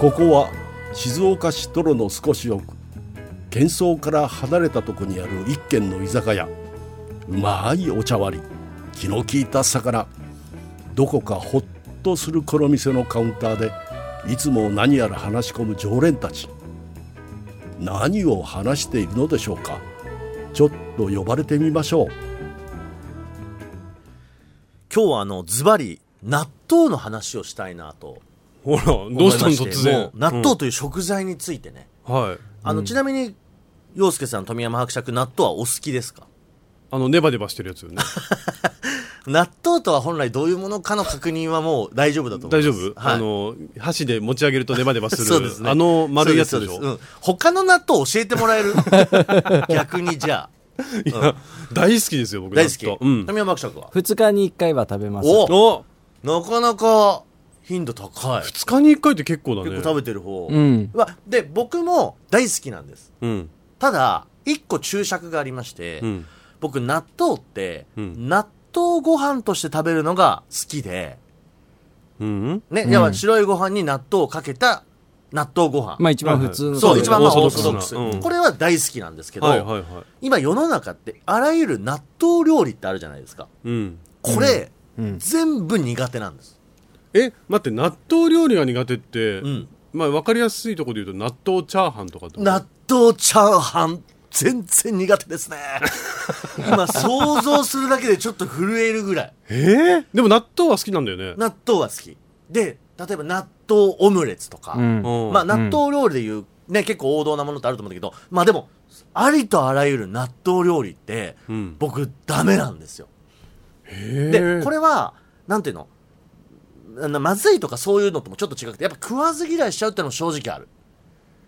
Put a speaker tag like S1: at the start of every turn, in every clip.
S1: ここは静岡市泥の少し奥喧騒から離れたとこにある一軒の居酒屋うまいお茶割り気の利いた魚どこかほっとするこの店のカウンターでいつも何やら話し込む常連たち何を話しているのでしょうかちょっと呼ばれてみましょう
S2: 今日はあのズバリ納豆の話をしたいなと
S3: ほら、どうした
S2: 思
S3: の
S2: いまて
S3: 突然
S2: も。う納豆という食材についてね、
S3: うんはい。
S2: あのちなみに洋介さん富山伯爵納豆はお好きですか
S3: あの、ネバネバしてるやつよね。
S2: 納豆とは本来どういうものかの確認はもう大丈夫だと思い
S3: 大
S2: ます
S3: 丈夫
S2: はい、
S3: あの、箸で持ち上げるとネバネバする。
S2: そうですね
S3: あの丸いやつ
S2: そう
S3: でし
S2: す
S3: ょ。
S2: そうすうん、他の納豆教えてもらえる 逆にじゃあ
S3: いや、大好きですよ、僕。
S2: 大好き、
S3: 納豆うん。
S2: 富山伯爵は
S4: 2日に1回は食べます
S2: お
S3: お
S2: なかなか頻度高い結
S3: 二日に一回って結構だね。
S2: 構食べてる方、
S4: うん
S2: わで僕も大好きなんです
S3: うん。
S2: ただ一個注釈がありまして、
S3: うん。
S2: 僕納豆って、
S3: うん
S2: 納豆ご飯として食べるのが好きで
S3: うん。
S2: ね、
S4: ん
S2: 要は白いご飯に納豆をかけた納豆ご飯
S4: まあ一番普通の
S2: そう
S3: ね
S2: 一番まあオ
S3: オ
S2: ー
S3: ー
S2: ソ
S3: ソ
S2: ド
S3: ド
S2: ック
S3: ック
S2: ス、
S3: スなうん
S2: これは大好きなんですけど、
S3: はいはいは
S2: 今世の中ってあらゆる納豆料理ってあるじゃないですか
S3: い。うん。
S2: これ、
S4: うん
S2: 全部苦手なんです、
S3: え、待って、納豆料理が苦手って
S2: う、ん、
S3: まあ、わかりやすいところで言うと、納豆チャーハンとかってこと
S2: 納豆チャーハン全然苦手 ですね今想像するだけでちょっと震えるぐらい
S3: えーでも納豆は好きなんだよね。
S2: 納豆が好きで例えば納豆オムレツとか、
S4: うん
S3: うん
S2: まあ、納豆料理でいう、ね、結構王道なものってあると思うんだけど、まあでも、ありとあらゆる納豆料理って、
S3: うん
S2: 僕、ダメなんですよ。
S3: へ
S2: で、
S3: え
S2: これは、なんていうのあのまずいとかそういうのともちょっと違くて、やっぱ食わず嫌いしちゃうってのも正直ある。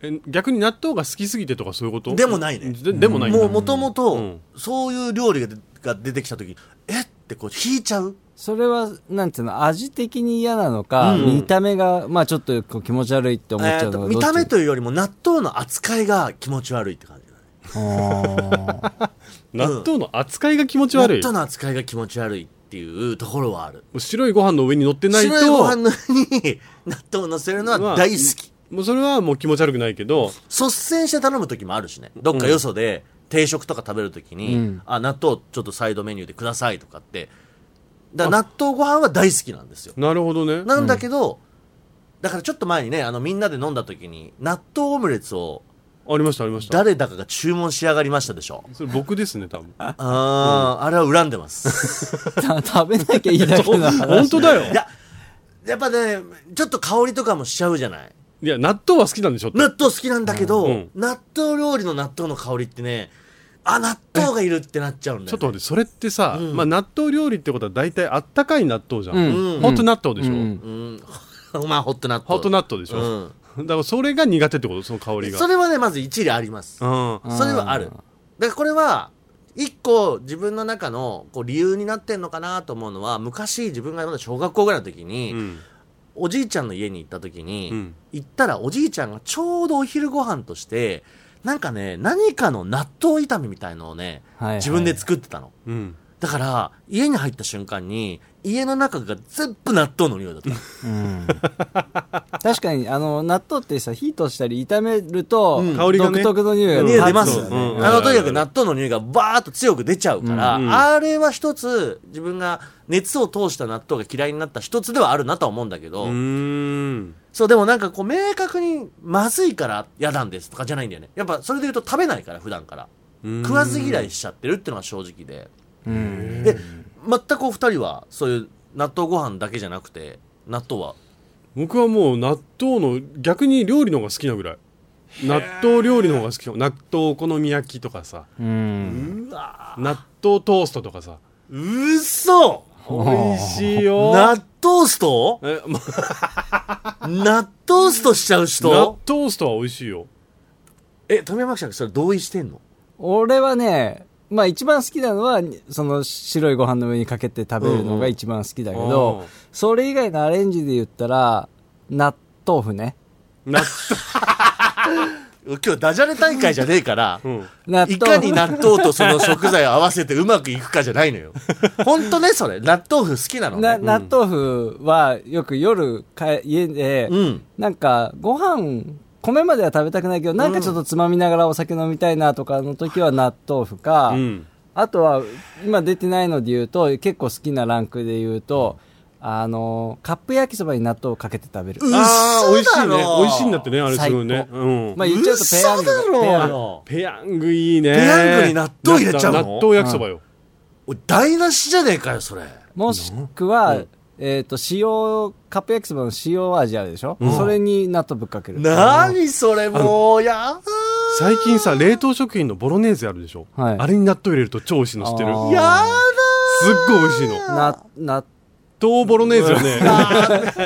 S3: え逆に納豆が好きすぎてとかそういうこと
S2: でもないね
S3: ででもないんだ
S2: もう、もとも
S3: う
S2: と
S3: ん、
S2: そういう料理が出が出てきた時に、えってこう、引いちゃう。
S4: それはなんていうの味的に嫌なのか、見た目がまあちょっとこう気持ち悪いって思っ
S2: え
S4: ちゃ
S2: ー
S4: う
S2: と
S4: のが
S2: 見た目
S4: と
S2: というよりも、納豆の扱いが気持ち悪いって感じだね。
S3: 納豆の扱いが気持ち悪い
S2: 納豆の扱いが気持ち悪いっていうところはある。
S3: 白いご飯の上に乗ってないと
S2: 白いご飯の上に納豆を乗せるのは大好き。
S3: もうそれはもう気持ち悪くないけど
S2: 率先して頼む時もあるしね。どっかよそで定食とか食べる時に、
S4: うん
S2: あ、納豆ちょっとサイドメニューでくださいとかって。だから納豆ご飯は大好きなんですよ。
S3: なるほどね
S2: なんだけど、だからちょっと前にね、あのみんなで飲んだ時に、納豆オムレツを
S3: ありましたありました
S2: 誰だかが注文しやがりましたでしょ。
S3: それ僕ですね多分
S2: あー、あれは恨んでます。
S4: 食べなきゃいいだけな
S3: 本
S4: 話
S3: 当だ
S2: い
S3: よ
S2: や、やっぱね、ちょっと香りとかもしちゃうじゃない。
S3: いや納豆は好きなんでしょって
S2: 納豆好きなんだけど、
S3: うん
S2: 納豆料理の納豆の香りってねあ納豆がいるってなっちゃうんだ
S3: ち
S2: よ、ね、
S3: ょっと待ってそれってさ、
S2: うん
S3: まあ、納豆料理ってことは大体あったかい納豆じゃん、
S4: うん
S3: ホット納豆でしょ、
S4: うん
S2: うん まあホット納豆
S3: ホット納豆でしょ、だからそれが苦手ってことその香
S2: う
S3: り
S2: ん、
S3: が
S2: それはねまず一理あります
S3: うん
S4: うん
S2: それはあるだからこれは一個自分の中のこう理由になってんのかなと思うのは昔自分がまだ小学校ぐらいの時に、
S3: うん
S2: おじいちゃんの家に行った時に、
S3: うん
S2: 行ったらおじいちゃんがちょうどお昼ご飯としてなんかね何かの納豆炒めみたいのをね
S4: はいはい
S2: 自分で作ってたの、
S3: うん
S2: だから、家に入った瞬間に、家の中が全部納豆の匂いだった。
S4: うん確かにあの納豆ってさ火通したり炒めると、
S2: うん
S3: 香りがね
S4: 独特の匂いが
S2: 匂い出ます
S4: 立
S2: よ
S4: つ
S2: ね。
S4: よね
S3: うん
S2: あの、とにかく納豆の匂いがバーッと強く出ちゃうから、
S3: うん
S2: あれは一つ、自分が熱を通した納豆が嫌いになった一つではあるなとは思うんだけど、
S3: うーん
S2: そう、でもなんかこう、明確にまずいから嫌なんですとかじゃないんだよね。やっぱそれで言うと食べないから、普段から。食わず嫌いしちゃってるってのが正直で。
S4: うん
S2: で、全くお二人は、そういう納豆ご飯だけじゃなくて、納豆は
S3: 僕はもう納豆の逆に料理の方が好きなぐらい納豆料理の方が好き納豆お好み焼きとかさ
S4: うん
S3: 納豆トーストとかさ
S2: うっそ
S3: 美味しいよ
S2: 納豆スト
S3: えま
S2: 納豆ストしちゃう
S3: 納
S2: 人
S3: 豆ストは美味しいよ
S2: え、富山記者それ同意してんの
S4: 俺はねまあ一番好きなのはその白いご飯の上にかけて食べるのが一番好きだけど、
S3: うん
S4: それ以外のアレンジで言ったら納豆腐ね
S3: 納
S2: 今日ダジャレ大会じゃねえから、
S3: ん
S4: 納
S2: いかに納
S4: な
S2: 豆とその食材を合わせてうまくいくかじゃない のよ。ほんとね、それ。納豆腐好きなのね。
S4: 納豆腐はよく夜か家で、
S2: うん。
S4: なんかご飯米までは食べたくないけどなんかちょっとつまみながらお酒飲みたいなとかの時は納豆腐か、
S3: うん
S4: あとは今出てないので言うと結構好きなランクで言うとあのカップ焼きそばに納豆をかけて食べる、
S2: う
S3: ああ美味しいね
S2: 嘘だろ
S3: 美味しいんだってねあれすごいね
S4: 最
S3: うん
S4: まあ言っちゃうとペヤング
S2: 嘘だろ
S4: ペヤング
S2: よ
S3: ペヤングいいね
S2: ペヤングに納豆入れちゃうの
S3: な納豆焼きそばよ
S2: おい台無しじゃねえかよ、それ。
S4: もしくは、えっ、と、塩、カップ焼きそばの塩味あるでしょ、それに納豆ぶっかける。
S2: なにそれ、もう、やだ
S3: 最近さ冷凍食品のボロネーゼあるでしょ
S4: はい
S3: あれに納豆入れると超美味しいの知ってる
S4: あー
S2: ー。やだ
S3: すっごい美味しいの
S4: な、な、
S3: 豆ボロネーゼ はね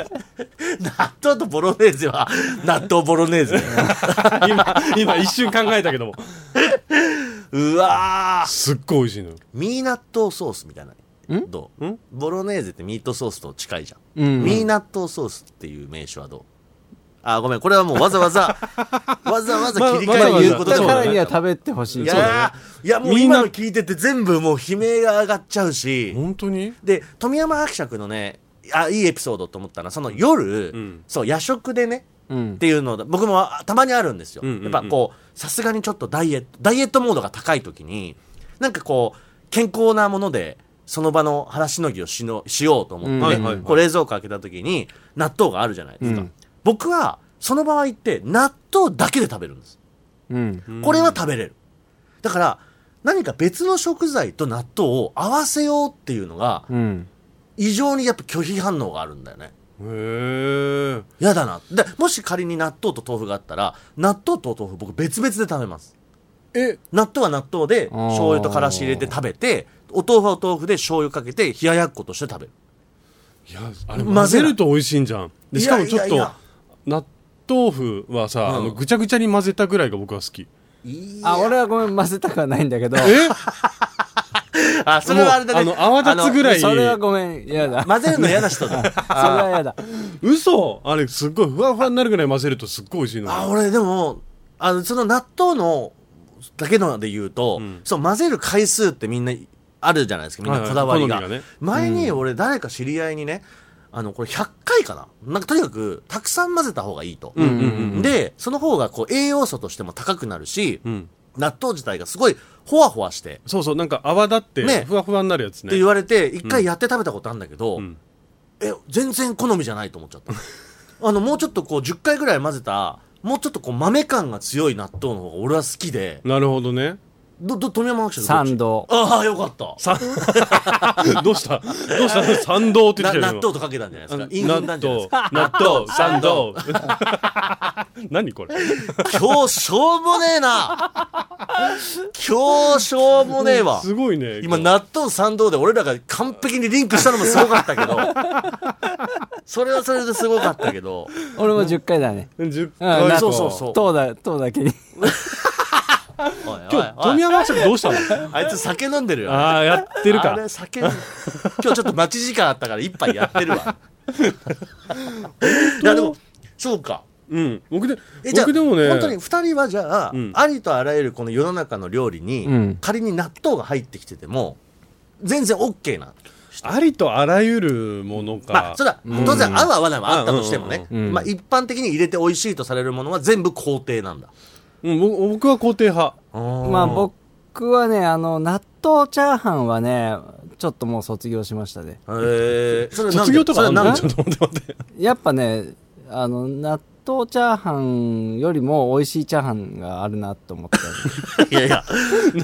S2: 納豆とボロネーゼは、納豆ボロネーゼ。
S3: 今今一瞬考えたけども
S2: うわー
S3: すっごい美味しいのよ
S2: ミーナットソースみたいな。どうんボロネーゼってミートソースと近いじゃん。
S4: うん
S2: ミーナットソースっていう名称はどうあー、ごめん。これはもうわざわ ざ、わざわざ切り
S3: まあま
S2: 替
S3: あ
S2: え
S4: 言
S2: る
S4: っ
S2: こと
S4: た
S2: でも
S4: か
S2: な
S4: ら
S2: い。
S4: には食べてほしい。
S2: いやーいやもう
S3: みんな
S2: 今の聞いてて全部もう悲鳴が上がっちゃうし、
S3: 本当に
S2: で富山伯爵のねあいいエピソードと思ったのはその夜、
S3: ん
S2: そう夜食でね
S4: うん
S2: っていうのを僕もあたまにあるんですよ、
S3: うんうんうん
S2: やっぱこうさすがにちょっとダイエットダイエットモードが高い時になんかこう健康なものでその場の腹しのぎをしのしようと思ってね、
S4: うんはい
S3: はいはい
S2: こう冷蔵庫開けた時に納豆があるじゃないですか、
S4: うん
S2: 僕はその場合って納豆だけで食べるんです
S4: うん。
S2: これは食べれる。だから、何か別の食材と納豆を合わせようっていうのが、
S4: うん。
S2: 異常にやっぱ拒否反応があるんだよね。
S3: へえ
S2: やだな。で、もし仮に納豆と豆腐があったら、納豆と豆腐僕別々で食べます。
S3: え
S2: 納豆は納豆で、
S4: あー
S2: 醤油とからし入れて食べて、お豆腐はお豆腐で醤油かけて、冷ややっことして食べる。
S3: いやあれ
S2: 混ぜない
S3: 混ぜると美味しいんじゃんでしかもちょ
S2: いや
S3: っ
S2: い
S3: と
S2: や
S3: 納豆腐はさ、あのぐちゃぐちゃに混ぜたぐらいが僕は好き
S4: あ、俺はごめん、混ぜたくはないんだけど。
S2: あ、それはあれだね。
S3: もうあの泡立つぐらい
S4: それはごめん、嫌だ。
S2: 混ぜるの嫌な人 だ。
S4: それは嫌だ。
S3: 嘘あれすっごいふわふわになるぐらい混ぜるとすっごい美味しいの
S2: あ俺でもあのその納豆のだけので言うと、そう混ぜる回数ってみんなあるじゃないですかみんな
S3: はいは
S2: こ
S3: い
S2: だわりが,、
S3: 好みがね
S2: 前に俺誰か知り合いにねあのこれ100回かななんかとにかくたくさん混ぜた方がいいと、
S3: うんうん
S2: でその方がこう栄養素としても高くなるし、
S3: うん
S2: 納豆自体がすごいほわほわして
S3: そうそうなんか泡立って、
S2: ね
S3: ふわふわになるやつ
S2: って
S3: ね
S2: 言われて、一回やって食べたことあるんだけど、
S3: ん
S2: え、全然好みじゃないと思っちゃった。あの、もうちょっとこう、10回ぐらい混ぜた、もうちょっとこう、豆感が強い納豆の方が俺は好きで、
S3: なるほどね
S2: ど、ど、富山学者
S4: サンド。
S2: ああ、よかった。
S3: どうしたどうした賛同って言
S2: な
S3: って
S2: 納
S3: た
S2: 豆と
S3: よ
S2: かけたんじゃないですか。イン
S3: 今
S2: フンな
S3: 納
S2: んじゃないで
S3: 豆
S2: すか。
S3: 納豆賛同 何これ
S2: 今日、しょうもねえな今日、しょうもねえわ。
S3: すごいね
S2: 今、納豆賛同で俺らが完璧にリンクしたのもすごかったけど、それはそれですごかったけど、
S4: 俺も10回だね。
S3: 10
S4: うん納
S3: 回
S4: 豆
S2: そうそうそう
S4: 糖だ、糖だけに。
S2: おいおいおい
S3: 今日富山伯爵どうした の
S2: あいつ酒飲んでるよ。
S3: ああやってる
S2: あ
S3: か
S2: れ酒飲ん今日ちょっと待ち時間あったから一杯やってる わ。いやでも、そうか。
S3: うん僕で
S2: えじゃあ
S3: 僕でもね
S2: 本当に二人はじゃあ、
S3: ん
S2: ありとあらゆるこの世の中の料理に、
S4: うん
S2: 仮に納豆が入ってきてても、全然 OK な。
S3: ありとあらゆるものか、
S2: まあ、それは、当然合う合わないもあったとしてもね。
S3: うん
S4: うんうんうん
S2: まあ一般的に入れて美味しいとされるものは全部肯定なんだ。
S3: うん、ぼ僕は肯定派
S4: まあ僕はね、あの、納豆チャーハンはね、ちょっともう卒業しましたね。
S2: えー、それなんで
S3: 卒業とかあん
S2: それ
S3: の
S2: なん
S3: ちょっと待って待って
S4: やっぱね、あの、納豆チャーハンよりも美味しいチャーハンがあるなと思っ た。
S2: でいやいや、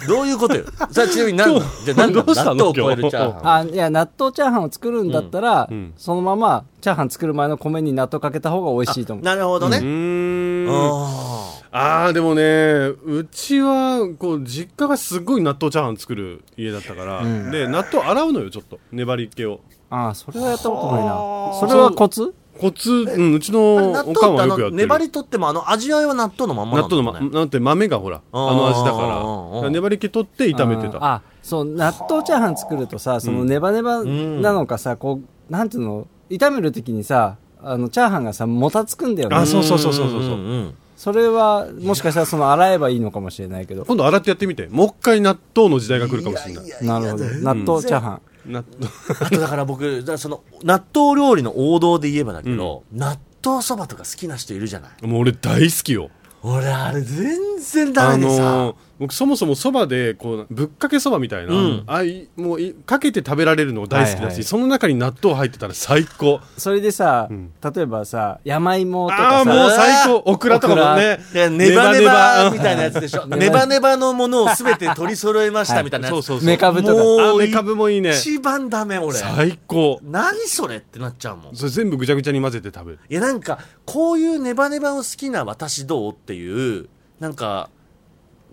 S2: どういうことよ。さあちなみに何なのじゃあ何な
S3: ど
S2: の
S3: うした
S2: 納
S3: の
S2: 豆を超える
S3: 今日
S2: チャーハン。
S4: あ、いや、納豆チャーハンを作るんだったら、
S3: うんうん
S4: そのまま、チャーハン作る前の米に納豆かけた方が美味しいと思う。
S2: なるほどね。
S3: うーん
S2: あ
S3: あーでもねうちはこう実家がすごい納豆チャーハン作る家だったから、で納豆洗うのよちょっと粘り気を
S4: ああ、それはやったことないな。それはコツ
S3: コツ、うん、うちの
S2: あ。納
S3: おかん
S2: 豆ってあ
S3: はよくや
S2: の
S3: ってる
S2: 粘り取ってもあの味わいは納豆のまんまな
S3: 納
S2: んだ
S3: 豆
S2: ね、
S3: の、ま、なんて豆がほらあの味だから
S2: あー
S3: だから粘り気取って炒めてた
S4: ああ、そう、納豆チャーハン作るとさ、そのネバネバなのかさ、こう、なんていうの、炒めるときにさ、あの、チャーハンがさ、もたつくんだよね。
S3: あそうそうそうそうそううん
S2: うんうん
S4: それはもしかしたらその洗えばいいのかもしれないけど
S3: 今度洗ってやってみてもう一回納豆の時代が来るかもしれない
S4: なるほど納豆チャーハン
S3: 納豆
S2: あとだから僕、だからその、納豆料理の王道で言えばだけど、納豆そばとか好きな人いるじゃない
S3: もう俺大好きよ
S2: 俺、あれ全然ダメでさ。
S3: あのー僕そもそもそばでこうぶっかけそばみたいな、
S2: うん
S3: あいもういかけて食べられるの大好きだし、
S4: はいはい
S3: その中に納豆入ってたら最高
S4: それでさ、
S3: ん
S4: 例えばさ山芋と
S3: あ
S4: か
S3: あもう
S4: さ
S3: 最高オクラとかもね
S2: いやネバネバみたい
S3: な
S2: なやつでしょ。 ネバネバのものを全て取り揃えましたみたいなやつ。
S3: そうそうそう
S4: メカブとか
S2: もう
S3: あメカブもいいね
S2: 一番ダメ、俺。
S3: 最高
S2: 何それってなっちゃうもん。い
S3: それ全部ぐちゃぐちゃに混ぜて食べる
S2: や、なんか、こういうネバネバを好きな私どうっていう、なんか、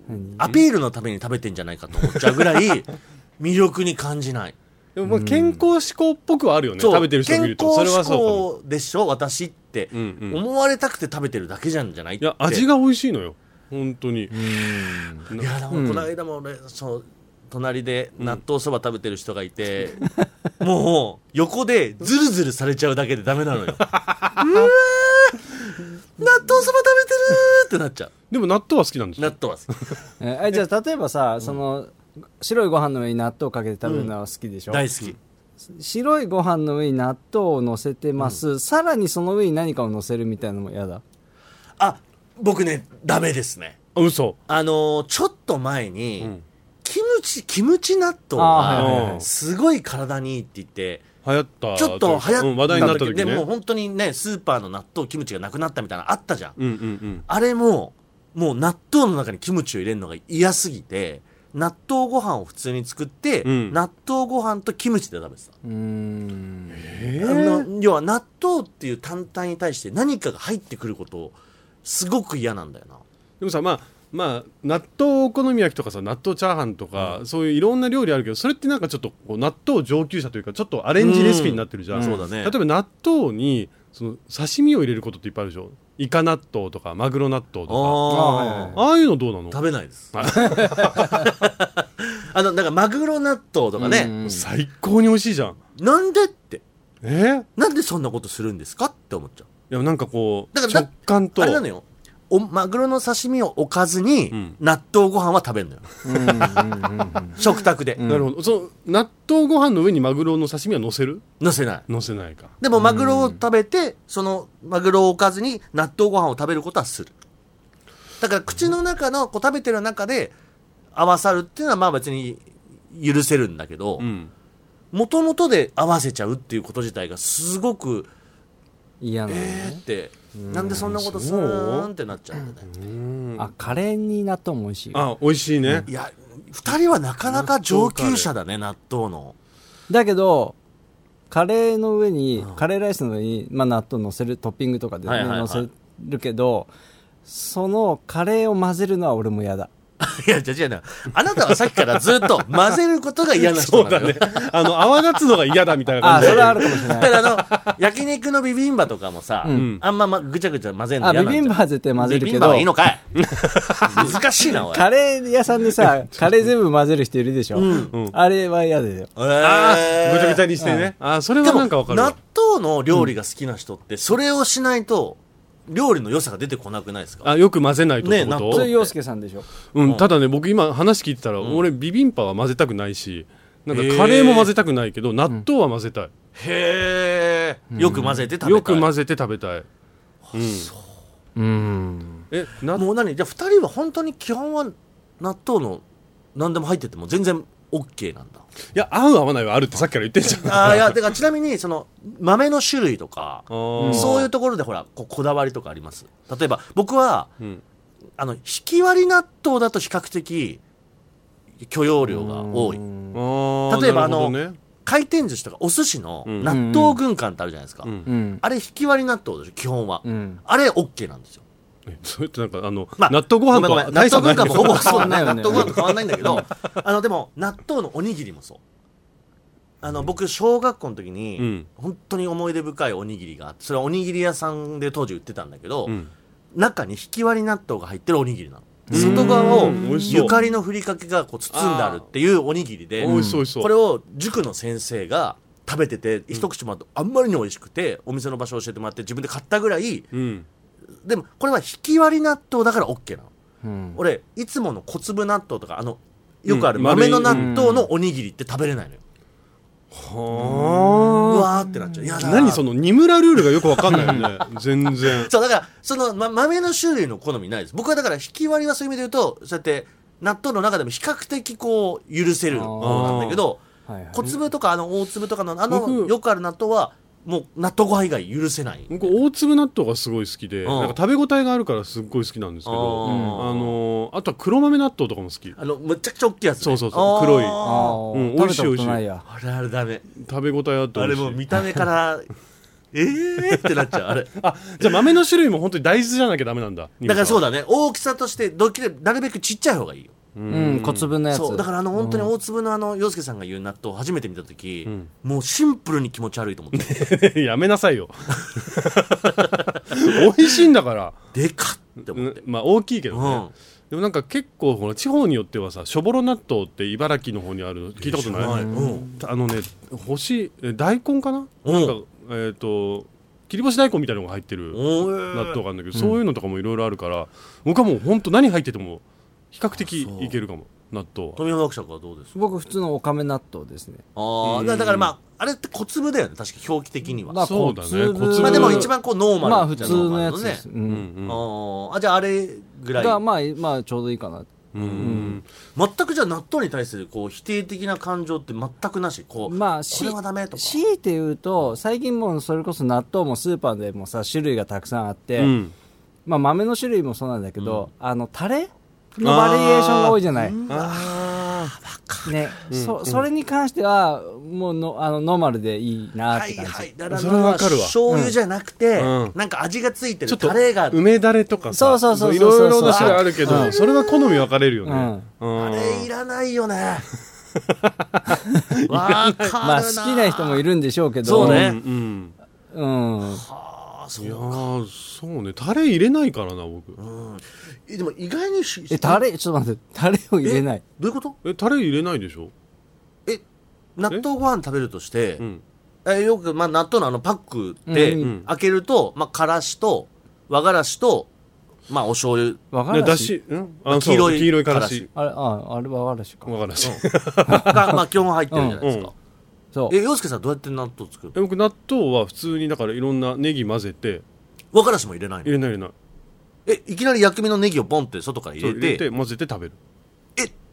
S4: 何
S2: アピールのために食べてんじゃないかと思っちゃうぐら い、魅力に感じない。
S3: でもまあ健康志向っぽくはあるよね、
S2: そう
S3: 食べてる人見るとそれ
S2: 健
S3: は
S2: 康志
S3: そうかも
S2: 向でしょ私って
S3: うんうん
S2: 思われたくて食べてるだけじゃんじゃない
S3: いや味
S2: が
S3: が美味しいのよ本当に
S2: いやでもこの間も俺そう隣で納豆そば食べてる人がいて、もう横でズルズルされちゃうだけでダメなのよ うわー納豆そば食べてるーってなっちゃう
S3: でも納豆は好きなんですよ
S2: 納 豆は好き
S4: えーじゃあ例えばさ、その白いご飯の上に納豆かけて食べるのは好きでしょ、
S2: 大好き
S4: 白いご飯の上に納豆を乗せてます、さらにその上に何かを乗せるみたいなのも嫌だ
S2: あ僕ねダメですね
S3: あ嘘
S2: あのーちょっと前に、
S3: ん
S2: キムチキムチ納豆
S4: あー
S3: はいはいは
S2: が
S3: い
S2: すごい体にいいって言って
S3: 流行った
S2: ちょっと流
S3: う
S2: 行
S3: ん
S2: っ
S3: 話
S2: た
S3: 題になった時
S2: で
S3: ね
S2: もう本当にねスーパーの納豆キムチがなくなったみたいなのあったじゃん
S3: うんうんうん
S2: あれももう納豆の中にキムチを入れるのが嫌すぎて納豆ご飯を普通に作って、
S3: うん
S2: 納豆ご飯とキムチで食べてた、
S4: うーん
S3: え
S2: あの要は納豆っていう単体に対して何かが入ってくることをすごく嫌なんだよな
S3: でもさまあまあ納豆お好み焼きとかさ納豆チャーハンとか、そういういろんな料理あるけどそれってなんかちょっとこう納豆上級者というかちょっとアレンジレシピになってるじゃん、
S2: うんそうだね
S3: 例えば納豆にその刺身を入れることっていっぱいあるでしょイカ納豆とかマグロ納豆と
S4: は
S2: あ
S4: いはい
S2: ー
S4: はい
S3: かああいうのどうなの
S2: 食べないです。 あの、なんかマグロ納豆とかね、
S4: うん
S3: 最高に美味しいじゃん
S2: なんでって、
S3: えー、い
S2: なんでそんなことするんですかって思っちゃ
S3: やなんかこう
S2: だからだ
S3: 食感
S2: う。
S3: と
S2: あれなのよ。おマグロの刺身をおかずに、
S3: うん
S2: 納豆ご飯は食べるのよ。
S4: うんうんうんうん
S2: 食卓で。
S4: うん
S3: なるほどその納豆ご飯の上にマグロの刺身は乗せる
S2: 乗せない。
S3: 乗せないか
S2: でもマグロを食べて、そのマグロをおかずに納豆ご飯を食べることはする。だから口の中の、こう食べてる中で合わさるっていうのはまあ別に許せるんだけど、
S3: うん
S2: もともとで合わせちゃうっていうこと自体がすごく
S4: 嫌なの
S2: えーっ
S4: ね、
S2: てなんでそんなことするんってなっちゃうんだね
S3: うん
S4: あカレーに納豆も美味しいよ
S3: あ美味しいね
S2: いや2人はなかなか上級者だね納豆の
S4: だけどカレーの上に、カレーライスの上に、まあ、納豆乗せるトッピングとかで、ね
S2: はいはいはい
S4: 乗せるけどそのカレーを混ぜるのは俺も嫌だ
S2: いやじゃ違うなあなたはさっきからずっ と混ぜることが嫌な人
S3: そう
S2: な
S3: だ
S2: のよ
S3: ね。あの、泡立つのが嫌だみたいな感
S4: ああ
S3: じ
S4: そ
S3: で。
S4: れはあるかもしれない
S2: だからあの焼肉のビビンバとかもさ
S4: うん
S2: あんままぐちゃぐちゃ混ぜんの
S4: あ
S2: 嫌
S4: ビ
S2: なんじ
S4: ビ
S2: ゃん
S4: ンバは絶対混ぜる
S2: ビ
S4: け
S2: ビンバ
S4: ど
S2: はいいの かい難しいなおい
S4: カレー屋さんでさ カレー全部混ぜる人いるでしょ、
S3: ん
S4: あれは嫌だよ
S3: あ
S2: えー
S3: ーぐちゃぐちゃにしてね。あー、それ
S2: で
S3: は
S2: も
S3: なんかわかるわ
S2: 納豆の料理が好きな人ってそれをしないと料理の良さが出てこなくないですか
S3: あ、よく混ぜないとって
S2: ね納
S3: こ
S4: そ
S2: 豆
S3: と
S4: れ洋介さんでしょ
S3: うん、ただね、僕今話聞いてたら、俺ビビンパは混ぜたくないし、なんかカレーも混ぜたくないけど、納豆は混ぜたい。
S2: へえよく混ぜて食べたい
S3: よく混ぜて食べたい。
S4: うん
S3: え、納
S2: もう何じゃあ2人は本当に基本は納豆の何でも入ってても全然 OK なんだ
S3: いや、合う合わないはあるってさっきから言ってんじゃん。
S2: ああいやだからちなみにその豆の種類とか
S3: ー
S2: そういうところでほらこうこだわりとかあります例えば僕は、
S3: ん
S2: あの引き割り納豆だと比較的許容量が多い
S3: あー
S2: 例えば
S3: なるほどね
S2: 回転寿司とかお寿司の納豆軍艦ってあるじゃないですか、
S3: うん
S4: うん
S2: あれ引き割り納豆でしょ基本は、
S4: うん
S2: あれ OK なんですよ
S3: えそうやってなんか、あの、
S2: まあ
S3: 納豆ご飯と
S2: ごめん
S3: は
S2: ごめん納
S3: 大差
S2: 豆
S3: ない
S2: 文化もほぼそうだね。
S4: 変
S2: 納
S4: わんないよね
S2: 豆文化と変わんないんだけど、あの、でも、納豆のおにぎりもそう。あの、僕、小学校の時
S3: う
S2: に
S3: ん、
S2: 本当に思い出深いおにぎりがあって、それはおにぎり屋さんで当時売ってたんだけど
S3: う、ん
S2: 中に引き割り納豆が入ってるおにぎりなの。外側を
S3: うん美味しそう
S2: ゆかりのふりかけがこう包んであるっていうおにぎりで、
S3: 美味しそう、美味しそう。
S2: これを塾の先生が食べてて、一口もらってあんまりに美味しくて、お店の場所を教えてもらって自分で買ったぐらい、
S3: うん。
S2: でもこれは引き割り納豆だから OK なの
S4: うん
S2: 俺いつもの小粒納豆とかあのよくある
S3: うん
S2: 豆の納
S3: 丸
S4: い
S2: 豆のおにぎりって食べれないのよ、う
S3: は
S2: わーってなっちゃうやだー
S3: 何その二村ルールがよくわかんないよ ね全然
S2: そうだからその、ま、豆の種類の好みないです僕はだから引き割りはそういう意味で言うとそうやって納豆の中でも比較的こう許せる方なんだけど
S4: はいはい
S2: 小粒とかあの大粒とかのあの
S3: 僕
S2: よくある納豆はもう納豆ご飯以外許せない
S3: 僕大粒納豆がすごい好きで
S2: ん
S3: なんか食べ応えがあるからすっごい好きなんですけど
S2: あ
S3: あ,、
S2: ー
S3: のーあとは黒豆納豆とかも好き
S2: あのむっちゃくちゃ大きいやつ、ね、
S3: そうそうそう黒い
S4: あ
S2: あー
S4: ー
S3: うん
S4: 食べたことないや
S2: あれあれダメ
S3: 食べ応えあって
S2: あ
S3: 美
S2: れ
S3: 味しい
S2: もう見た目から えーってなっちゃうあれ
S3: あじゃあ豆の種類も本当に大豆じゃなきゃダメなんだ
S2: だからそう
S3: だ
S2: だね大きさとしてどっきりなるべくちっちゃい方がいいよ
S4: うん小粒のやつ
S2: そうだからあの本当に大粒のあの洋介さんが言う納豆を初めて見た時、もうシンプルに気持ち悪いと思って
S3: やめなさいよ美味しいんだから、
S2: でかっって
S3: う
S2: 思って、
S3: んまあ大きいけどね、
S2: うん
S3: でもなんか結構ほら地方によってはさしょぼろ納豆って茨城の方にあるの聞いたことない
S2: うん
S3: あのね干しえ大根かな,、
S2: うん
S3: なんかえっ、と切り干し大根みたいなのが入ってる
S2: おー
S3: 納豆があるんだけど、そういうのとかもいろいろあるから僕はもう本当何入ってても比較的いけるかも納豆は
S2: 富山学者はどうです
S4: 僕普通のおかめ納豆ですね
S2: ああだだからまああれって小粒だよね確か表記的には、
S4: まあ
S3: そうだね
S4: 小粒
S3: 小粒
S2: まあでも一番こうノーマル
S4: まあ普通のやつ
S2: ね
S4: です、う、
S3: うんん
S2: あーあじゃああれぐらい
S4: がまあまあちょうどいいかな
S3: うんうん
S2: 全くじゃあ納豆に対するこう否定的な感情って全くなしこう、
S4: まあ
S2: これはダメとか
S4: 強いて言うと最近もうそれこそ納豆もスーパーでもさ種類がたくさんあって、
S3: うん
S4: まあ、豆の種類もそうなんだけど、あのタレのバリエーションが多いじゃない、
S3: あ
S4: ねそそれに関してはもうのあのノーマルでいいなっ
S2: は
S4: て
S2: い
S4: 感じ、
S2: はいだから
S3: それはわかるわ
S2: 醤油じゃなくて、
S3: うん
S2: なんか味がついて
S3: ーちょ
S2: る
S3: っと
S2: タレが
S3: 梅だれとか
S4: そ
S3: さ
S4: うそうそうそう
S3: いろいろな種類あるけ
S4: う
S3: ど
S4: ん
S3: それは好み分かれるよね、うん
S2: あれいらないよね わかるな
S4: まあ好きな人もい
S2: る
S4: るんでしょうけど
S2: そうね
S3: うんうん
S4: うん
S2: ああそ
S3: いや
S2: う
S3: ーそうねタレ入れないからな僕
S2: えでも意外にし
S4: えタレちょっと待ってタレを入れない
S2: どういうこと
S3: えタレ入れないでしょ
S2: え納豆ご飯食べるとして
S3: うん
S2: えよく、まあ、納豆のあのパックで
S4: うん
S3: うん
S2: 開けると、まあ、からしと和がらしと、まあ、お醤油
S4: わから
S3: ねだ
S4: し
S3: しうんあ
S2: 黄
S3: そう
S2: 色い
S3: 黄色いか
S2: から
S3: ら
S2: し
S3: し
S4: あれああれはわからしか
S3: わからし
S2: が、 まあ、基本入ってるじゃないですか。
S4: そう
S2: え、洋介さんどうやって納豆作る
S3: え僕納豆は普通にだからいろんなネギ混ぜて
S2: の和からしも入れないの
S3: 入れない入れない
S2: え、いきなり薬味のネギをボンって外から
S3: そう
S2: 入
S3: 入
S2: れ
S3: れ
S2: て、
S3: て混ぜて食べる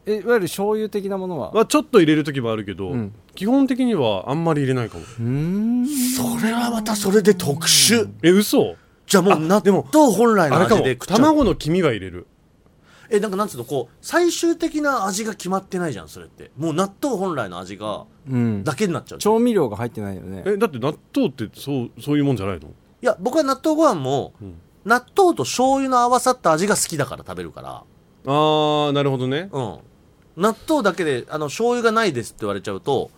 S4: えいわゆる醤油的なものは
S3: まあちょっと入れる時もあるけど、
S4: うん
S3: 基本的にはあんまり入れないかも
S4: うーん
S2: それはまたそれで特殊。
S3: え嘘
S2: じゃあもう納
S3: でも
S2: 豆本来の
S3: あれか
S2: 味
S3: も
S2: で食っちゃう。
S3: 卵の黄身は入れる
S2: え、なんかなんつうの、こう、最終的な味が決まってないじゃん、それって。もう納豆本来の味が、
S4: うん
S2: だけになっちゃう。
S4: 調味料が入ってないよね
S3: えだって納豆ってそうそういうもんじゃないの
S2: いや、僕は納豆ご飯も、
S3: ん
S2: 納豆と醤油の合わさった味が好きだから食べるから。
S3: あーなるほどね
S2: うん。納豆だけで、あの、醤油がないですって言われちゃうと、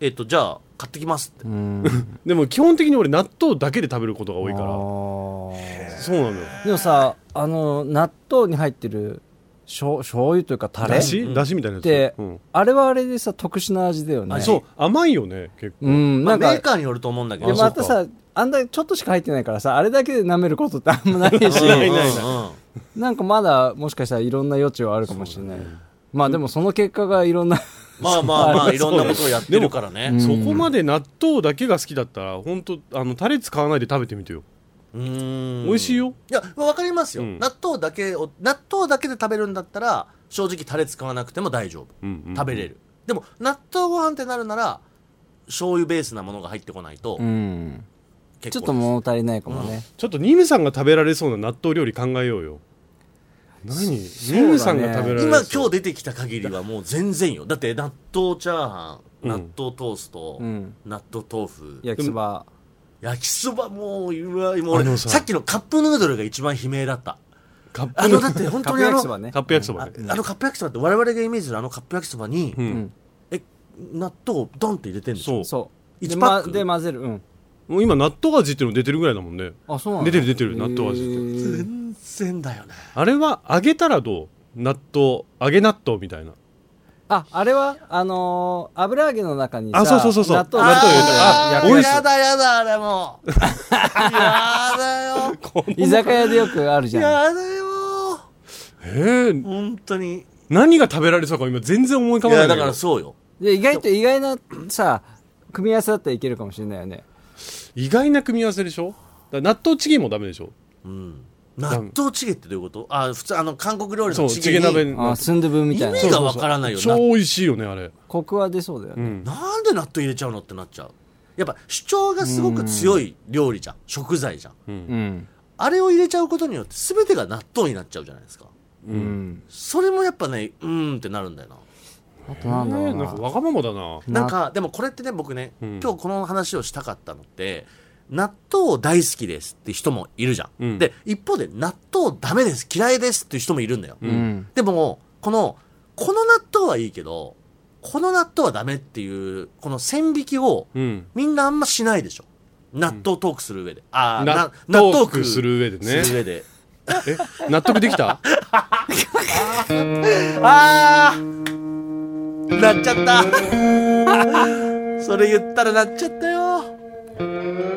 S2: えっ、と、じゃあ、買ってきますって。
S4: うん
S3: でも基本的に俺納豆だけで食べることが多いか
S4: あ
S3: ら
S4: ー
S3: そうなのよ
S4: でもさあの納豆に入ってるしょ醤油というかタレ
S3: だしだしみたいなやつ
S4: で
S3: うん
S4: あれはあれでさ特殊な味だよね
S3: あそう甘いよね結構
S4: うん
S2: ま
S4: な
S2: あ、
S4: ん
S2: メ
S4: か
S2: ーカーによると思うんだけど。
S4: でまたさあんだけちょっとしか入ってないからさあれだけで舐めることってあんまないし
S2: うん、
S3: ないな
S2: う
S3: い
S2: ん
S4: なんかまだもしかしたらいろんな余地はあるかもしれない、まあでもその結果がいろんな
S2: まあ まあまあ、いろんなことをやってるからね。
S3: そこまで納豆だけが好きだったら本当あのタレ使わないで食べてみてよ、
S2: うーん
S3: 美味しい
S2: い
S3: よ
S2: や、わかりますよ。
S3: うん
S2: 納豆だけを、納豆だけで食べるんだったら、正直タレ使わなくても大丈夫。
S3: うんうん
S2: 食べれる。でも、納豆ご飯ってなるなら、醤油ベースなものが入ってこないと、
S4: うん ち
S2: 結
S4: ょ
S2: 構
S4: っと物足りないかもね、
S3: ちょっとニムさんが食べられそうな納豆料理考えようよ何ニムさんが食べられ
S2: 今
S3: そ
S2: 今日
S3: う
S2: 出てきた限りはもう全然よだって納豆チャーハン、
S3: うん
S2: 納豆トースト、
S4: うん
S2: 納豆豆腐
S4: 焼きそば
S2: 焼きそばもううわもう
S3: あ
S2: 俺
S3: のさ
S2: さっきのカップヌードルが一番悲鳴だった
S3: カッ
S2: あ
S3: プ
S2: の
S3: の
S2: だって本
S4: カ
S2: 当
S4: ッ
S2: に
S4: プ
S2: あ
S4: 焼
S2: の
S4: きそばね
S3: カップ焼きそば
S2: あ
S3: ね
S2: あのカップ焼きそばって我々がイメージするあのカップ焼きそばに、
S3: うん
S4: ん
S2: え納豆をドンって入れてんでし
S3: そ
S2: ょ
S3: う
S4: そう
S2: 一
S4: で,、
S2: パッ
S4: ま、
S2: ク
S4: で混ぜるうん
S3: もう今納豆味っていうの出てるぐらいだもんね
S4: あそうなんだ
S3: 出てる出てる納豆味
S4: へー
S2: 全然だよね
S3: あれは揚げたらどう納豆揚げ納豆みたいな
S4: あ、あれは、あのー油揚げの中にさ、
S3: あそうそうそうそう
S4: 納豆
S3: 納豆入れて
S2: あ
S3: あ
S2: ー
S3: 多いっす
S2: やだやだあれ もうやだよ
S4: 居酒屋でよくあるじゃん。
S2: やだよ
S3: ええ
S2: 本当に
S3: 何が食べられそうか今全然思い浮
S2: い
S3: かばない
S2: や
S3: んだ
S2: だ
S3: け
S2: か
S3: ど
S2: らそうよ
S4: で意外と意外なさ組み合わせだったらいけるかもしれないよね
S3: 意外な組み合わせでしょだから納豆チゲもダメでしょ
S2: 納豆チゲってどういうことあ普通あの韓国料理
S3: そ
S2: の
S3: う
S2: チ
S3: チ
S2: ゲ
S3: ゲ
S2: に
S3: 鍋の
S4: あスンドゥブみ
S2: 意
S4: たいな
S2: 味がわからないよ
S3: 超美味しいよねあれ
S4: コクは出そうだよね、
S2: ななんで納豆入れちゃうのってなっちゃうやっぱ主張がすごく強い料理じゃん食材じゃん
S4: うん
S2: あれを入れちゃうことによって全てが納豆になっちゃうじゃないですか
S4: うん、
S2: それもやっぱねうーんってなるんだよな
S4: あとなんだろ
S3: え
S4: う
S3: ー
S4: な
S3: なんかわがままだな
S2: なんかでもこれってね僕ね、
S3: ん
S2: 今日この話をしたかったのって納豆大好きですって人もいるじゃん、
S3: うん
S2: で一方で納豆ダメです嫌いですっていう人もいるんだよ、
S4: うん、
S2: でもこのこの納豆はいいけどこの納豆はダメっていうこの線引きを
S3: うん
S2: みんなあんましないでしょ納豆トークする上で、ああ
S3: 納
S2: 納豆
S3: 豆
S2: 食う
S3: する上でね
S2: する上で
S3: え納得できた
S2: あーなっちゃった それ言ったらなっちゃったよ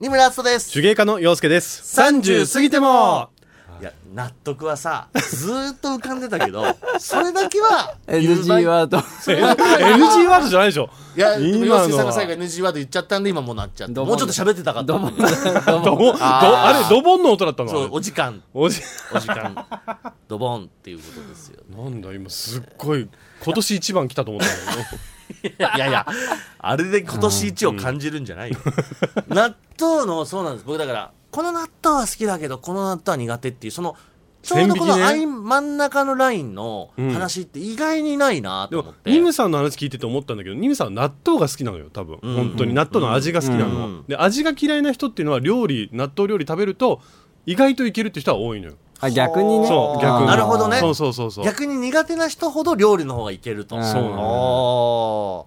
S2: 二村敦人です
S3: 手芸家の陽介です
S2: 30過ぎてもいや納得はさずーっと浮かんでたけど それだけは
S4: NG ワード
S3: え NG ワードじゃないでしょ
S2: いやでも
S3: 今の
S2: 陽
S3: は
S2: 介さんが最後 NG ワード言っちゃったんで今もうなっちゃった
S4: どうも
S2: もうちょっと喋ってたかった
S4: どうもどう
S3: ど
S4: も
S3: ぼどあれドボンの音だったの
S2: そう
S3: あれ
S2: お時間
S3: おじ
S2: お時 間ドボンっていうことですよ
S3: なんだ今すっごい今年一番来たと思ったんだけど
S2: いやいやあれで今年一を感じるんじゃない よ納豆のそうなんです僕だからこの納豆は好きだけどこの納豆は苦手っていうそのちょうどこの
S3: 線
S2: あ
S3: 引き
S2: い
S3: ね
S2: 真ん中のラインの話って意外にないな
S3: で
S2: と思
S3: も
S2: って、
S3: ニムさんの話聞いてて思ったんだけどニムさんは納豆が好きなのよ多分、
S2: ん
S3: 本当に納豆の味が好きなの、
S2: うん
S3: で味が嫌いな人っていうのは料理納豆料理食べると意外といけるって人は多いのよ
S4: あ逆にね
S3: そう
S4: あ
S3: 逆
S4: ー
S3: に
S2: なるほどね
S3: そうそうそうそう
S2: 逆に苦手な人ほど料理の方がいけると
S4: うん
S3: そうなの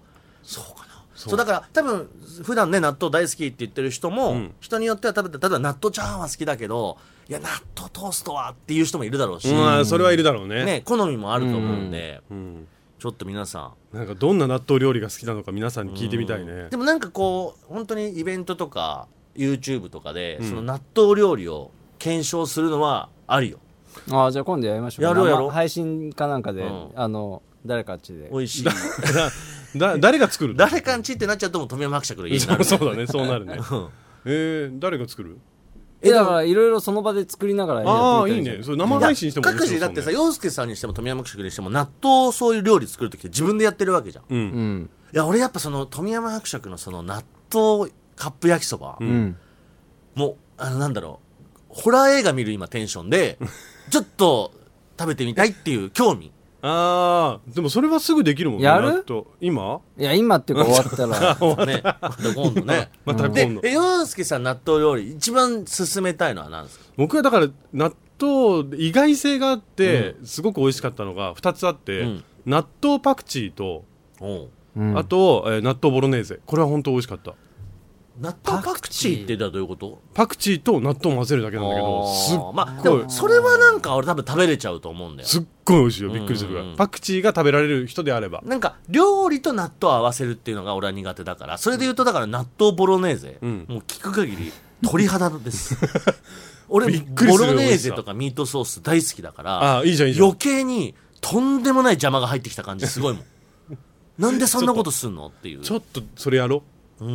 S2: おーそうかなそうだから多分普段ね納豆大好きって言ってる人も、
S3: うん
S2: 人によっては食べて例えば納豆チャーハンは好きだけどいや納豆トーストはっていう人もいるだろうし、
S3: うんそれはいるだろうね
S2: ね、好みもあると思うんで、
S3: うん、
S2: ちょっと皆さん
S3: なんかどんな納豆料理が好きなのか皆さんに聞いてみたいね
S2: でもなんかこう本当にイベントとか YouTube とかで、
S3: ん
S2: その納豆料理を検証するのはありよ
S4: あーじゃあ今度やりましょう
S2: やろうやろう
S4: 生配信かなんかで、
S2: うん
S4: あの誰かっちで
S2: 美味しい
S3: だ誰が作るの
S2: 誰かんちってなっちゃうともう富山伯爵の家になる
S3: そうそうだねそうなるねえー、誰が作る
S4: えだからいろいろその場で作りながら
S3: あ
S4: や
S3: あ
S4: って
S3: い
S4: み
S3: い
S4: たら
S3: ね
S4: じ
S3: それ生配信しても面
S2: 各
S3: 白そう
S2: 自だってさ
S3: ね
S2: 洋介さんにしても富山伯爵にしても納豆そういう料理作る時って自分でやってるわけじゃん、
S3: う
S2: い
S4: ゃんうんん
S2: や俺やっぱその富山伯爵のその納豆カップ焼きそば、
S3: う
S4: うん
S2: もうあのなんだろうホラー映画見る今テンション でちょっと食べてみたいっていう興味
S3: ああでもそれはすぐできるもんね
S4: やる
S3: 納豆今
S4: いや今っていうか終わ ったら
S2: ねで今度ね
S3: また今
S2: で
S3: 度
S2: え洋介さん納豆料理一番勧めたいのは何ですか
S3: 僕はだから納豆意外性があって、すごく美味しかったのが2つあって、
S2: うん
S3: 納豆パクチーと、
S2: おう
S4: うん
S3: あと、えー納豆ボロネーゼこれは本当美味しかった
S2: 納豆パクチーってどういうこと
S3: パクチーと納豆混ぜるだけなんだけどすっ
S2: あーまあで
S3: ごい
S2: もそれはなんか俺多分食べれちゃうと思うんだよ
S3: すっごい美味しいよびっくりするぐらい、
S2: うんうん
S3: パクチーが食べられる人であれば
S2: なんか料理と納豆を合わせるっていうのが俺は苦手だからそれで言うとだから納豆ボロネーゼ、
S3: うん
S2: もう聞く限り鳥肌です 俺
S3: びっくり
S2: ボ
S3: する
S2: ロネーゼとかミートソース大好きだから
S3: ああいいじゃんいいじゃん
S2: 余計にとんでもない邪魔が入ってきた感じすごいもん なんでそんなことすんのっていう
S3: ちょっとそれやろ
S2: うん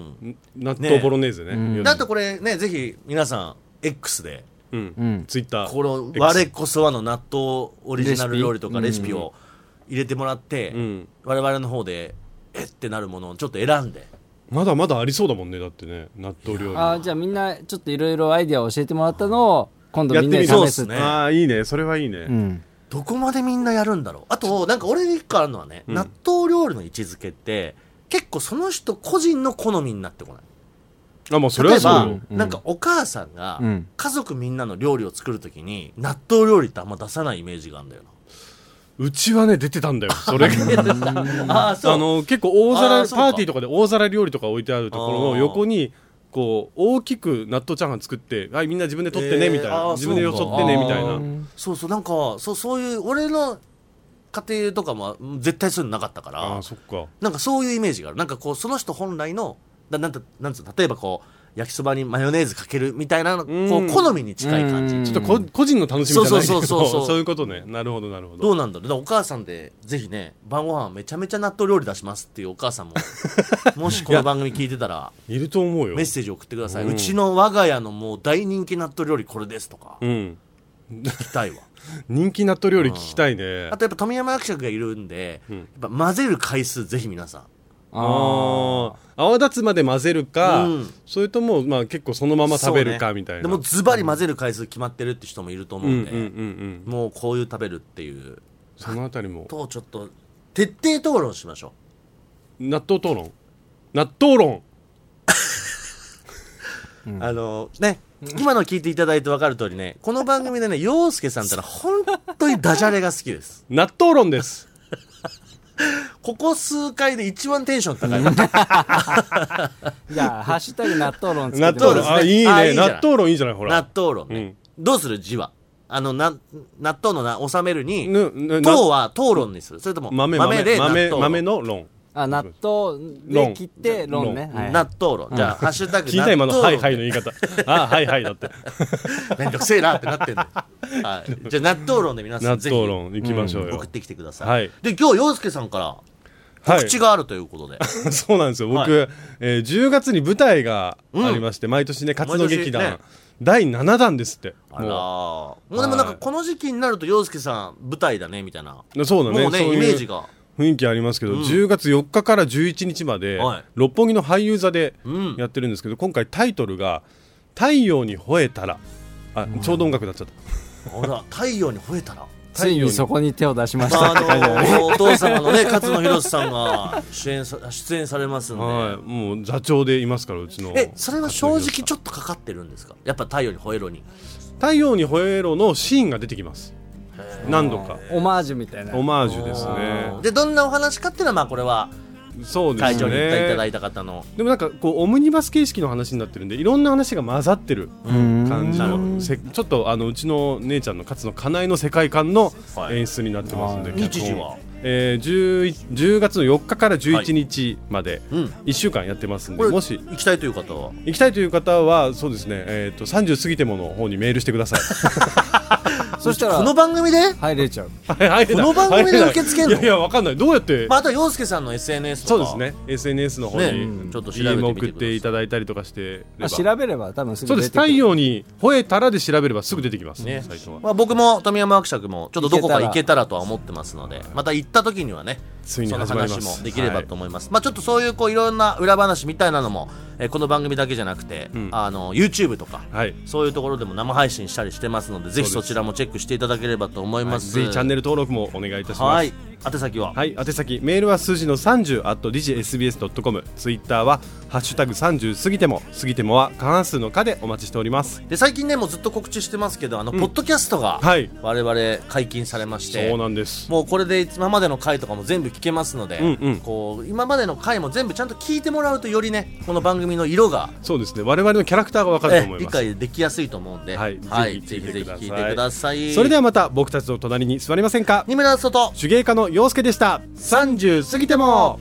S3: う納豆ボロネーゼね
S4: うん
S2: だとこれねぜひ皆さん X で
S3: うん、
S4: うん
S3: ツイッター
S2: この
S3: X
S2: 我こそはの納豆オリジナル
S4: レシピ
S2: 料理とかレシピを入れてもらって、
S3: うん
S2: 我々の方でえってなるものをちょっと選んで
S3: まだまだありそうだもんねだってね納豆料理
S4: あーじゃあみんなちょっといろいろアイディアを教えてもらったのを今度みんなで試
S2: やってみる
S4: すって
S2: ね
S3: ああいいねそれはいいね、
S4: うん
S2: どこまでみんなやるんだろうあとなんか俺に一個あるのはね、納豆料理の位置づけって結構その人個人の好みになってこない
S3: あまあそれ
S2: 例
S3: は
S2: え
S3: そう
S2: ば
S3: よ、
S4: うん
S2: なんかお母さんが
S4: うん
S2: 家族みんなの料理を作るときに納豆料理ってあんま出さないイメージがあるんだよな
S3: うちはね出てたんだよ それが
S2: ああ
S3: あの結構
S2: あー
S3: 大皿
S2: そうか
S3: パーティーとかで大皿料理とか置いてあるところの横にこう大きく納豆チャーハン作ってはいみんな自分で取ってね
S2: えー
S3: みたいな、
S2: あー
S3: 自分でよそっ
S2: で
S3: てね
S2: そう
S3: みたいな
S2: そうそうなんかそうそういう俺の家庭とかもうん絶対そういうのなかったか
S3: あ
S2: ら
S3: あそっか
S2: なんかそういうイメージがあるなんかこうその人本来のななんてなんつうの例えばこう焼きそばにマヨネーズかけるみたいなこ
S3: うん
S2: う好みに近い感じ
S4: うん
S3: ちょっとこ個人の楽しみじゃないけど
S2: そうそうそうそう そう
S3: いうことねなるほどなるほど
S2: どうなんだろうだからお母さんでぜひね晩ご飯めちゃめちゃ納豆料理出しますっていうお母 さんももしこの番組聞いてたら
S3: いると思うよ
S2: メッセージ送ってください、
S3: う
S2: うんちの我が家のもう大人気納豆料理これですと か
S3: うん
S2: 聞きたいわ
S3: 人気納豆料理聞きたいね
S2: あとやっぱ富山役者がいるんで、
S3: うん
S2: やっぱ混ぜる回数ぜひ皆さん
S3: ああ泡立つまで混ぜるか、
S2: うん
S3: それともまあ結構そのまま食べるかみたいな
S2: そうねでもズバリ混ぜる回数決まってるって人もいると思
S3: うん
S2: うん
S3: うん
S2: で、
S3: うんうん
S2: もうこういう食べるっていう
S3: そのあたりも
S2: とをちょっと徹底討論しましょ
S3: 納豆討論納豆論
S2: う、あのね今の聞いていただいて分かる通りねこの番組でね洋介さんってのは本当にダジャレが好きです
S3: 納豆 論です
S2: ここ数回で一番テンション高い
S4: じゃあ、ハッシュタグ納豆論つけて
S2: で
S3: 納豆
S4: もらう
S3: 論、
S2: すね
S3: あいいね
S2: あいいじゃない
S3: 納豆論いいじゃないほら
S2: 納豆論ね、どうする字はあのな納豆のな収めるに
S3: ぬぬな
S2: 糖は討論にするそれとも
S3: 豆
S2: 豆
S3: 豆
S2: で納
S3: 豆
S2: 豆
S3: 豆の論
S4: あ、納豆で切って論ね。はい
S2: 納豆論じゃあハッシュタグ
S3: 聞いた
S2: 納
S3: 今の「
S2: 豆
S3: はい
S2: 論
S3: はい」の言い方ああはいはい だって
S2: めんどくせえなってなってん のよはいじゃあ納豆論で皆さ
S3: 納
S2: んぜひ
S3: 豆
S2: 送
S3: 論いきましょうよ、
S2: ってきてください、
S3: はい
S2: で今日洋介さんから
S3: はい
S2: 告知があるということで、
S3: そうなんですよ僕、えー10月に舞台がありまして、毎年ね活動劇団、
S2: 毎年ね
S3: 第7弾ですって
S2: あらー
S3: も
S2: もうでもなんかこの時期になると洋介さん舞台だねみたいな
S3: うそうだね
S2: もうね
S3: そういう
S2: イメージが
S3: 雰囲気ありますけど、
S2: ん
S3: 10月4日から11日まで、
S2: はい
S3: 六本木の俳優座で
S2: うん
S3: やってるんですけど、今回タイトルが「太陽に吠えたら」あ、ちょうど音楽になっちゃった
S2: ほら太陽に吠えたら
S4: ついにそこに手を出しました。
S2: あのお父様のね勝野博さんが出演さ出演されますんで、
S3: はい、もう座長でいますからうちの
S2: えそれは正直ちょっとかかってるんですかやっぱ太陽に吠えろに
S3: 太陽に吠えろ」のシーンが出てきます何度か
S4: オマージュみたいな。
S3: オマージュですね
S2: でどんなお話かっていうのはまあこれは
S3: そうですね
S2: 会場に行っていただいた方の、
S3: でもなんかこうオムニバス形式の話になってるんでいろんな話が混ざってる感じのせちょっとあのうちの姉ちゃんの勝のかなえの世界観の
S2: はい
S3: 演出になってますんで、
S2: はい
S3: 脚本
S2: 日時は
S3: えー、10, 10月の4日から11日まで
S2: うん
S3: 1週間やってますんで、
S2: これ
S3: もし
S2: 行きたいという方は
S3: 行きたいという方はそうですね、えー、と30過ぎてもの方にメールしてく ださい。
S4: そしたら、
S2: この番組で、
S4: 入れちゃう。
S3: こ
S2: この番組で受け付けんの
S3: いやいやわかんないどうやって、
S2: まあ、あとは洋介さんの SNS と
S3: そう
S2: か
S3: ですね SNS の方
S2: ね
S3: に、
S2: うんちょっと調べてみ
S3: DM
S2: て
S3: 送っていただいたりとかしてれば
S4: あ調べれば多分すぐ
S3: そう
S4: 出
S3: です
S4: てくる。
S3: 太陽に吠えたらで調べればすぐ出てきますね
S2: ね
S3: サイトは
S2: まあ、僕も富山伯爵もちょっとどこか行けたらとは思ってますのでまた行った時にはね
S3: ついに
S2: その
S3: 始まります
S2: 話もできればと思います、まあちょっとそういうこういろんな裏話みたいなのも、えーこの番組だけじゃなくて、
S3: ん
S2: あの YouTube とか、
S3: はい
S2: そういうところでも生配信したりしてますのでぜひそちらもチェックしていただければと思います、
S3: ぜひチャンネル登録もお願いいたします
S2: はい宛先は、
S3: はい、宛先メールは数字の30 at digsbs.com ツイッターは「ハッシュタグ #30 過ぎても過ぎても」は過半数の「か」でお待ちしております
S2: で最近ねもうずっと告知してますけどあの、ポッドキャストが
S3: はい
S2: 我々解禁されまして、
S3: そうなんです
S2: もうこれで今までの回とかも全部聞けますので、
S3: うんうん
S2: こう今までの回も全部ちゃんと聞いてもらうとよりねこの番組の色が
S3: そうですね我々のキャラクターがわかると
S2: え
S3: 思い
S2: 理
S3: ます
S2: 解できやすいと思うんで、
S3: はいぜ
S2: ぜ
S3: ひ
S2: ひ
S3: 聞
S2: ぜ
S3: いて
S2: ひ
S3: ください
S2: 聞いてください
S3: それで
S2: は
S3: はまた僕たちの隣に座りませんか
S2: 二村外
S3: 手芸家の陽介でした30過ぎても